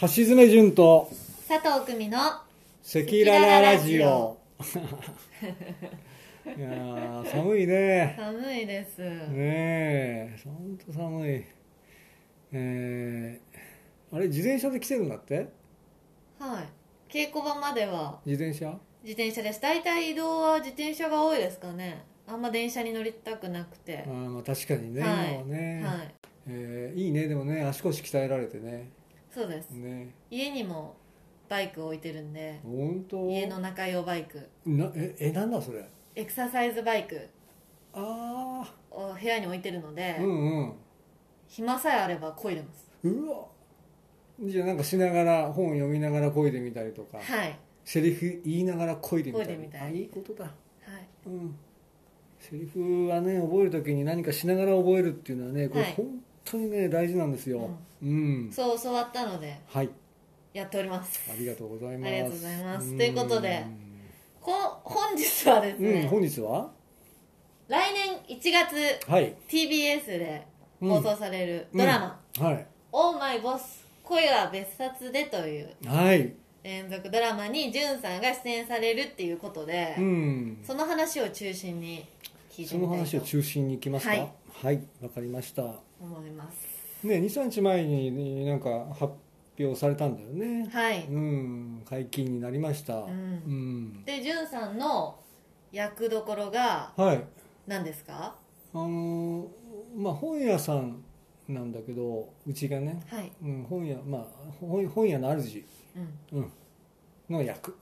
橋爪淳と佐藤久美の赤裸々ラジオいやー寒いね寒いです、ねえほんと寒いえー、あれ自転車で来てるんだってはい稽古場までは自転車自転車です大体移動は自転車が多いですかねあんま電車に乗りたくなくてあ、ーまあ確かにね、はい今はね、はいえーいいねでもね足腰鍛えられてねそうですね家にもバイク置いてるんでほんと家の中用バイクなええなんだそれエクササイズバイクああを部屋に置いてるので、うんうん暇さえあれば漕いでますうわじゃあなんかしながら本読みながら漕いでみたりとか、はいはいセリフ言いながら漕いでみたり漕いでみたりあいいことだうんセリフはね覚える時に何かしながら覚えるっていうのはねこれはい本当にね大事なんですようん、そう教わったのではいやっておりますありがとうございますありがとうございますんということでこ本日はですうん、ね、本日は来年1月はい、 TBS で放送されるドラマうんはい「オーマイボス恋は別冊で」というはい連続ドラマにじゅんさんが出演されるっていうことで、うんその話を中心に聞いてそのみたい話をと中心にいきますかははいいわ、かりましたね思います23日前になんか発表されたんだよねはい、うん解禁になりましたううん、ん、でじゅんさんの役どころがはい何ですかあのーまあ本屋さんなんだけどうちがね、はい、うん、本屋まあ本本屋の主、うん、うん、の役、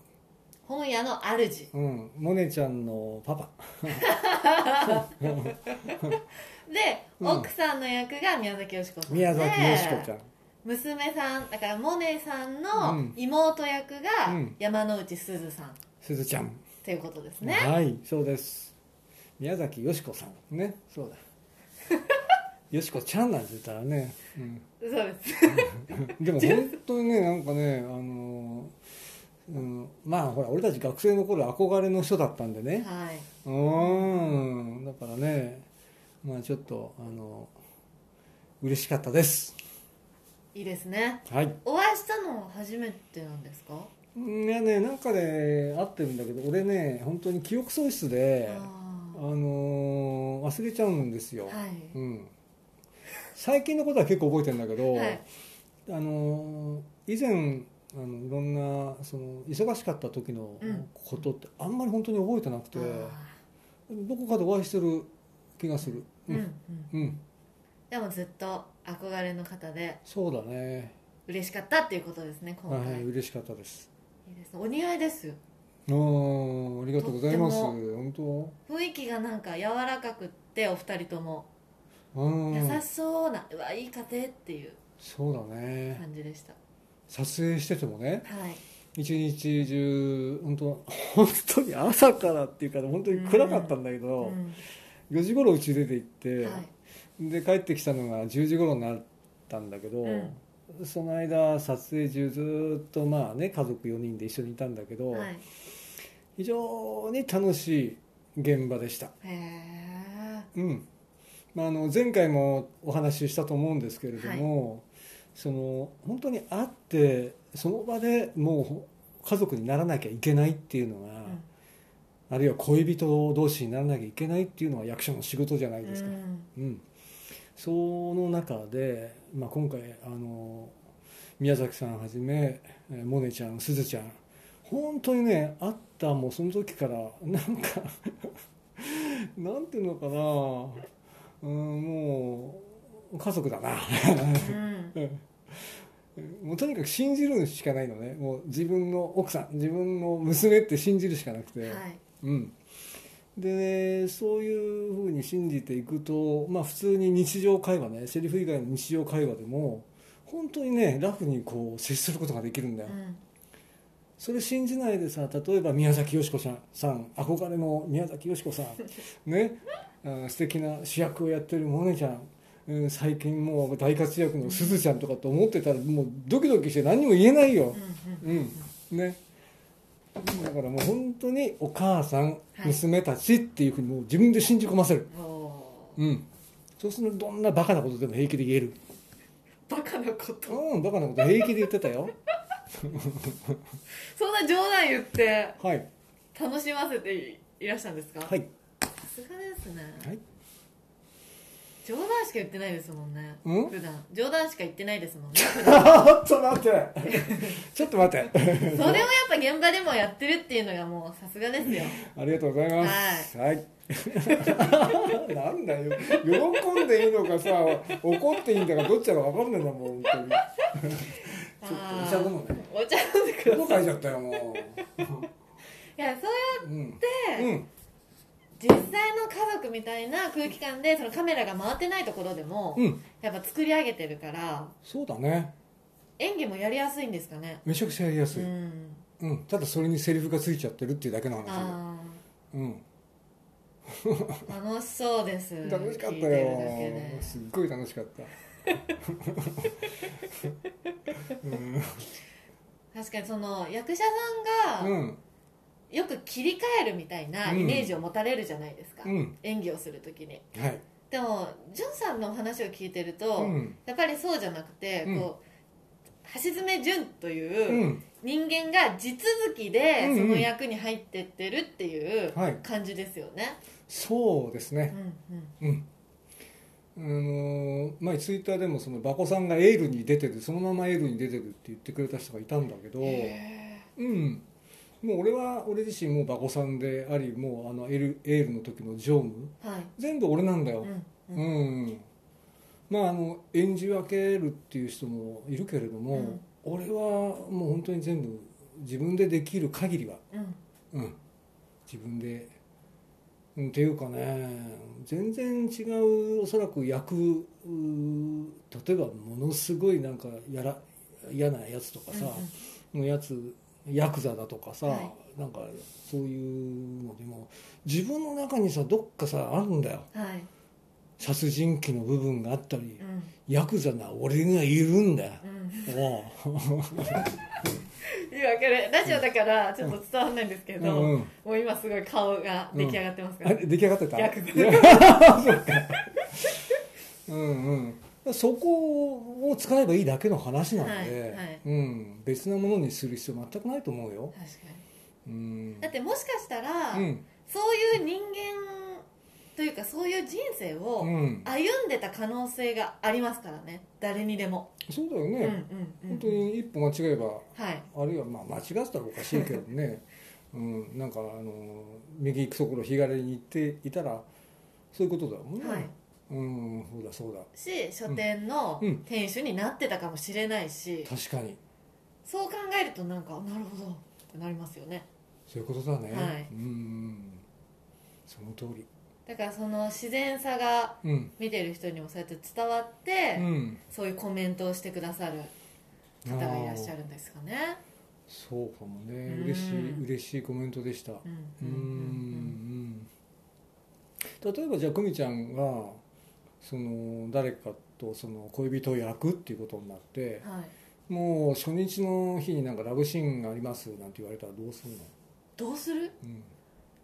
本屋の主うん、モネちゃんのパパで、うん奥さんの役が宮崎美子さんで宮崎美子ちゃん、娘さんだからモネさんのうん妹役がうん山之内すずさんっすずちゃん、ていうことですね、はいそうです宮崎美子さんねそうだよしこちゃんなんて言ったらね、うん、そうですでも本当にねなんかねあのーうん、まあほら俺たち学生の頃憧れの人だったんでねはいうーんだからねまあちょっとあの嬉しかったですいいですねはいお会いしたのは初めてなんですかいやねなんかで会ってるんだけど俺ね本当に記憶喪失でああのー忘れちゃうんですあよ、はいうん、最近のことは結構覚えてるんだけど、はいあのー以前あのいろんなその忙しかった時のうんことってあんまり本当に覚えてなくて、あどこかでお会いしてる気がするーうんうんうんでもずっと憧れの方でそうだね、嬉しかったっていうことですね今は回、い、い、嬉しかったです。いですねお似合いですよあーありがとうございます。とって本当。雰囲気がなんか柔らかくってお二人ともうん優しそうな、うわいい家庭っていうそうだね。感じでした、撮影しててもね、はい一日中本当本当に朝からっていうか本当に暗かったんだけうど、ん4時頃うち出て行って、はいで帰ってきたのが10時頃になったんだけど、うんその間撮影中ずーっとまあね家族4人で一緒にいたんだけど、はい非常に楽しい現場でした。へえうんまあ、あの前回もお話ししたと思うんですけれども、その本当に会ってその場でもう家族にならなきゃいけないっていうのが、あるいは恋人同士にならなきゃいけないっていうのは役者の仕事じゃないですか、うんうんその中で、まあ、今回あの宮崎さんはじめえーモネちゃんすずちゃん本当にね会ったもうその時からなんか なんていうのかな、うん、もう家族だな うんもうとにかく信じるしかないのねもう自分の奥さん自分の娘って信じるしかなくて。はいうん、でそういうふうに信じていくと、まあ、普通に日常会話ねセリフ以外の日常会話でも本当にねラフにこう接することができるんだよ、うんそれ信じないでさ例えば宮崎美子さんさん憧れの宮崎美子さんねあ素敵な主役をやってるモネちゃんうん最近もう大活躍のすずちゃんとかと思ってたらもうドキドキして何も言えないよ、うんうんうんねだからもう本当にお母さん、い娘たちっていうふうにもう自分で信じ込ませる、おうん、そうするとどんなバカなことでも平気で言えるーバカななことうんバカなこと平気で言ってたよそんな冗談言ってはい楽しませていいらしたんですかはいさすがですね、はい 冗談しか言ってないですもんねうん普段冗談しか言ってないですもんねあちょっと待って ちょっと待ってそれをやっぱ現場でもやってるっていうのがもうさすがですよありがとうございますはい、 なんだよ喜んでいいのかさ怒っていいんだかどっちだか分かんないんだもん本当にちょっとお茶飲むねお茶飲んでくださいどこ書いちゃったよもいやそうういううんでうん実際の家族みたいな空気感でそのカメラが回ってないところでも、うんやっぱ作り上げてるからそうだね演技もやりやすいんですかねめちゃくちゃやりやすうい、うんんただそれにセリフがついちゃってるっていうだけの話あうんあ楽しそうです楽しかった聞いてるだけよですっごい楽しかっ た確かにその役者さんがうんよく切り替えるみたいなイメージを持たれるじゃないですか、うん演技をするときにはいでもジュンさんのお話を聞いてると、うんやっぱりそうじゃなくて、うんこう橋爪潤とういうん人間が地続きでうんうんその役に入ってってるっていうはい感じですよね、そうですねうんうんうんあのー前ツイッターでもその馬子さんがエールに出てるそのままエールに出てるって言ってくれた人がいたんだけどへうんもう俺は俺自身も馬子さんでありもうあのエールエールの時の常務ーはい、全部俺なんだうよ、んううんんまああの演じ分けるっていう人もいるけれども、うん俺はもう本当に全部自分でできる限りは、うん、うん、自分で、うん、っていうかね全然違うおそらく役うー例えばものすごいなんかやら嫌なやつとかさ、のやつヤクザだとかさ、はいなんかそういうのでも自分の中にさどっかさあるんだようんうんはい、殺人鬼の部分があったり、うんヤクザな俺がいるんだよ、うんおいやわかるラジオだからちょっと伝わんないんですけど、うんうんもう今すごい顔が出来上がってますうかあら、れ出来上がってた逆いやそうかうんうんそこを使えばいいだけの話なので、はいはいうん、別なものにする必要全くないと思うよ、確かうん、にだってもしかしたら、うんそういう人間というかそういう人生をうん、歩んでた可能性がありますからね誰にでも、そうだようんうんね、うん、本当に一歩間違えばはいあるいはまあ間違ってたらおかしいけどね、うん、なんかあの右行くところ日帰りに行っていたらそういうことだもんね、はいうんそうだそうだし書店のうん店主になってたかもしれないし、確かにそう考えるとなんかなるほどってなりますよねそういうことだね、はいうんうんその通りだからその自然さがうん見てる人にもそうやって伝わって、うんそういうコメントをしてくださる方がいらっしゃあーるんですかねそうかもねうん嬉しい嬉しいコメントでしたうんうんうんうんうん例えばじゃあ久美ちゃんがその誰かとその恋人を焼くっていうことになって、うんはいもう初日の日になんかラブシーンがありますなんて言われたらどうするの、どうするうん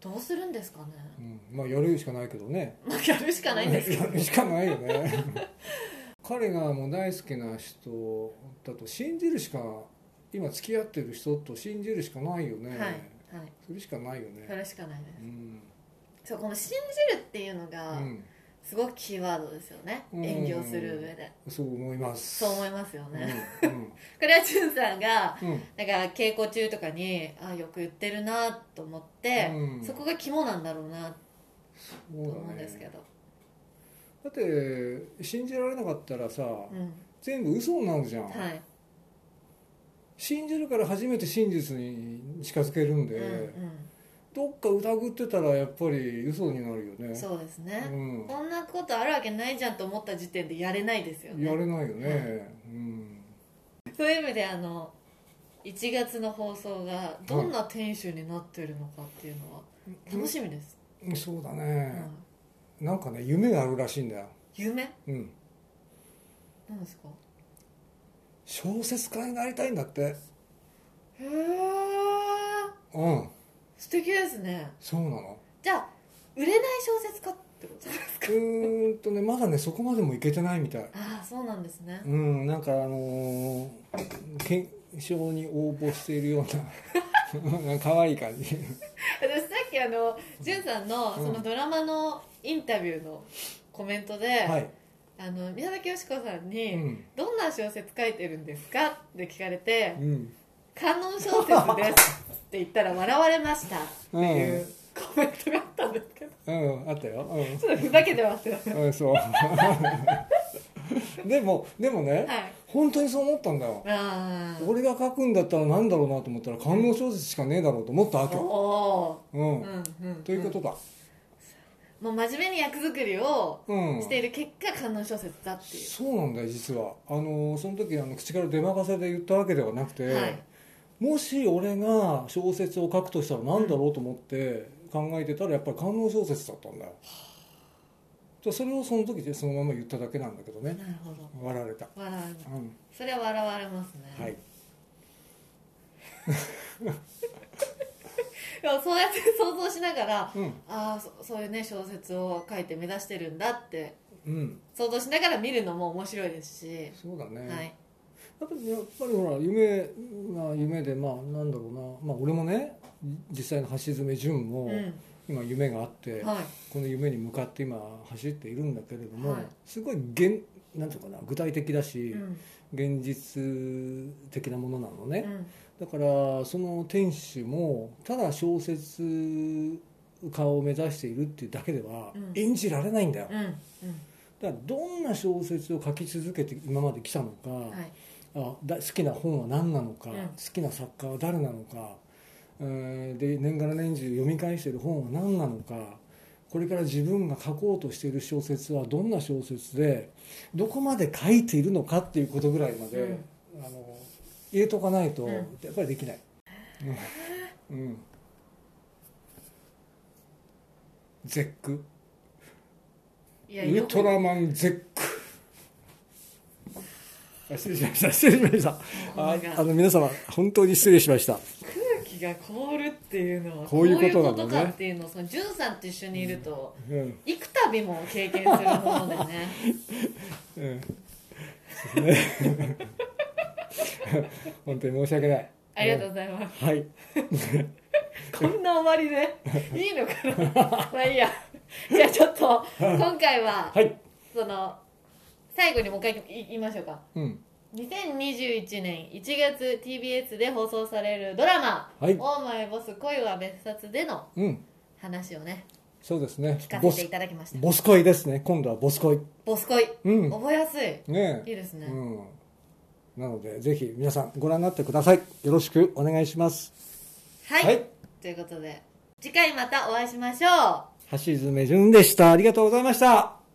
どうするんですかねうん、まあやるしかないけどねまあやるしかないんですけどやるしかないよね 彼がもう大好きな人だと信じるしか今付き合ってる人と信じるしかないよね、はいはいそれしかないよそねれしかないでうん、すそうこの信じるっていうのうがん、すごくキーワードですよねうん演技をする上でそう思いますそう思いまますよねうんこれはチュンさんがうん、うんなんか稽古中とかにあよく言ってるなと思ってうんそこが肝なんだろうなとそうだね思うんですけどだって信じられなかったらさ、うん全部嘘になるじゃん、はい信じるから初めて真実に近づけるんで、うんうんどっか疑ってたらやっぱり嘘になるよねそうですうねん、こんなことあるわけないじゃんと思った時点でやれないですよやねれないよね、うんそういう意味であの1月の放送がどんな店主になってるのかっていうのは楽しみです、そうだうね、んなんかね夢があるらしいんだよ、夢うん、なんですか小説家になりたいんだってへえうん素敵ですねそうなのじゃあ売れない小説家っってこと ですかうーんとねまだねそこまでもいけてないみたいああそうなんですねうんなんかあのー、検証に応募しているような 可愛い感じ私さっきあのじゅんさんのうんそのドラマのインタビューのコメントで、はい、あの宮崎美子さんうに、んどんな小説書いてるんですか?」って聞かれてうん、 「観音小説です」って言ったら笑われましたっていうコメントがあったんですけどうん、あったよ、うんちょっとふざけてますよねうん、 そう。でも、でもね、はい本当にそう思ったんだよ。あー俺が書くんだったらなんだろうなと思ったら官能小説しかねえだろうと思ったわけよ。おう。ーうんんうんということだ。もう真面目に役作りをうん。している結果観音小説だっていうそうなんだよ、実は。あの、その時、あの、口から出まかせで言ったわけではなくて、はいもし俺が小説を書くとしたら何だろうと思って考えてたら、やっぱり官能小説だったんだよ。じゃあそれをその時でそのまま言っただけなんだけどね。なるほど笑われた。笑われますうん。それは笑われますねはい。でもそうやって想像しながらうん。ああそそういうね小説を書いて目指してるんだってうん。想像しながら見るのも面白いですし、そうだね、はいやっぱりやっぱりほら夢が夢でまあなんだろうな、まあ、俺もね実際の橋爪潤もう今夢があって、ん、はいこの夢に向かって今走っているんだけれども、はいすごい現なんていうのかな具体的だし、うん現実的なものなのね、うだんからその天使もただ小説家を目指しているっていうだけではうん演じられないんだよ、うんだからどんな小説を書き続けて今まで来たのか、うんはいあだ好きな本は何なのか、うん好きな作家は誰なのか、えーで年がら年中読み返している本は何なのかこれから自分が書こうとしている小説はどんな小説でどこまで書いているのかっていうことぐらいまで、うんあの入れとかないと、うんやっぱりできない。うんうん絶句いやウルよくトラマンゼックあ失礼しました失礼しましたなあんかあの皆様本当に失礼しました空気が凍るっていうのはこういうことなのねこういうことかっていうのをそのジュンさんと一緒にいると、うん幾度も経験するもので ねうんそうですね 本当に申し訳ないありがとうございます、はいこんな終わり でいいのかな まあいいやじゃあちょっと今回ははいその最後にもう一回言いましょうかうん2021年1月 TBS で放送されるドラマ「はいオーマイボス恋は別冊」でのうん話をねそうですね聞かボせてスいただきましたボス恋ですね今度はボス恋ボス恋うん覚えやすいねいいですねうんなのでぜひ皆さんご覧になってくださいよろしくお願いしますはい、はいということで次回またお会いしましょう橋爪潤でしたありがとうございました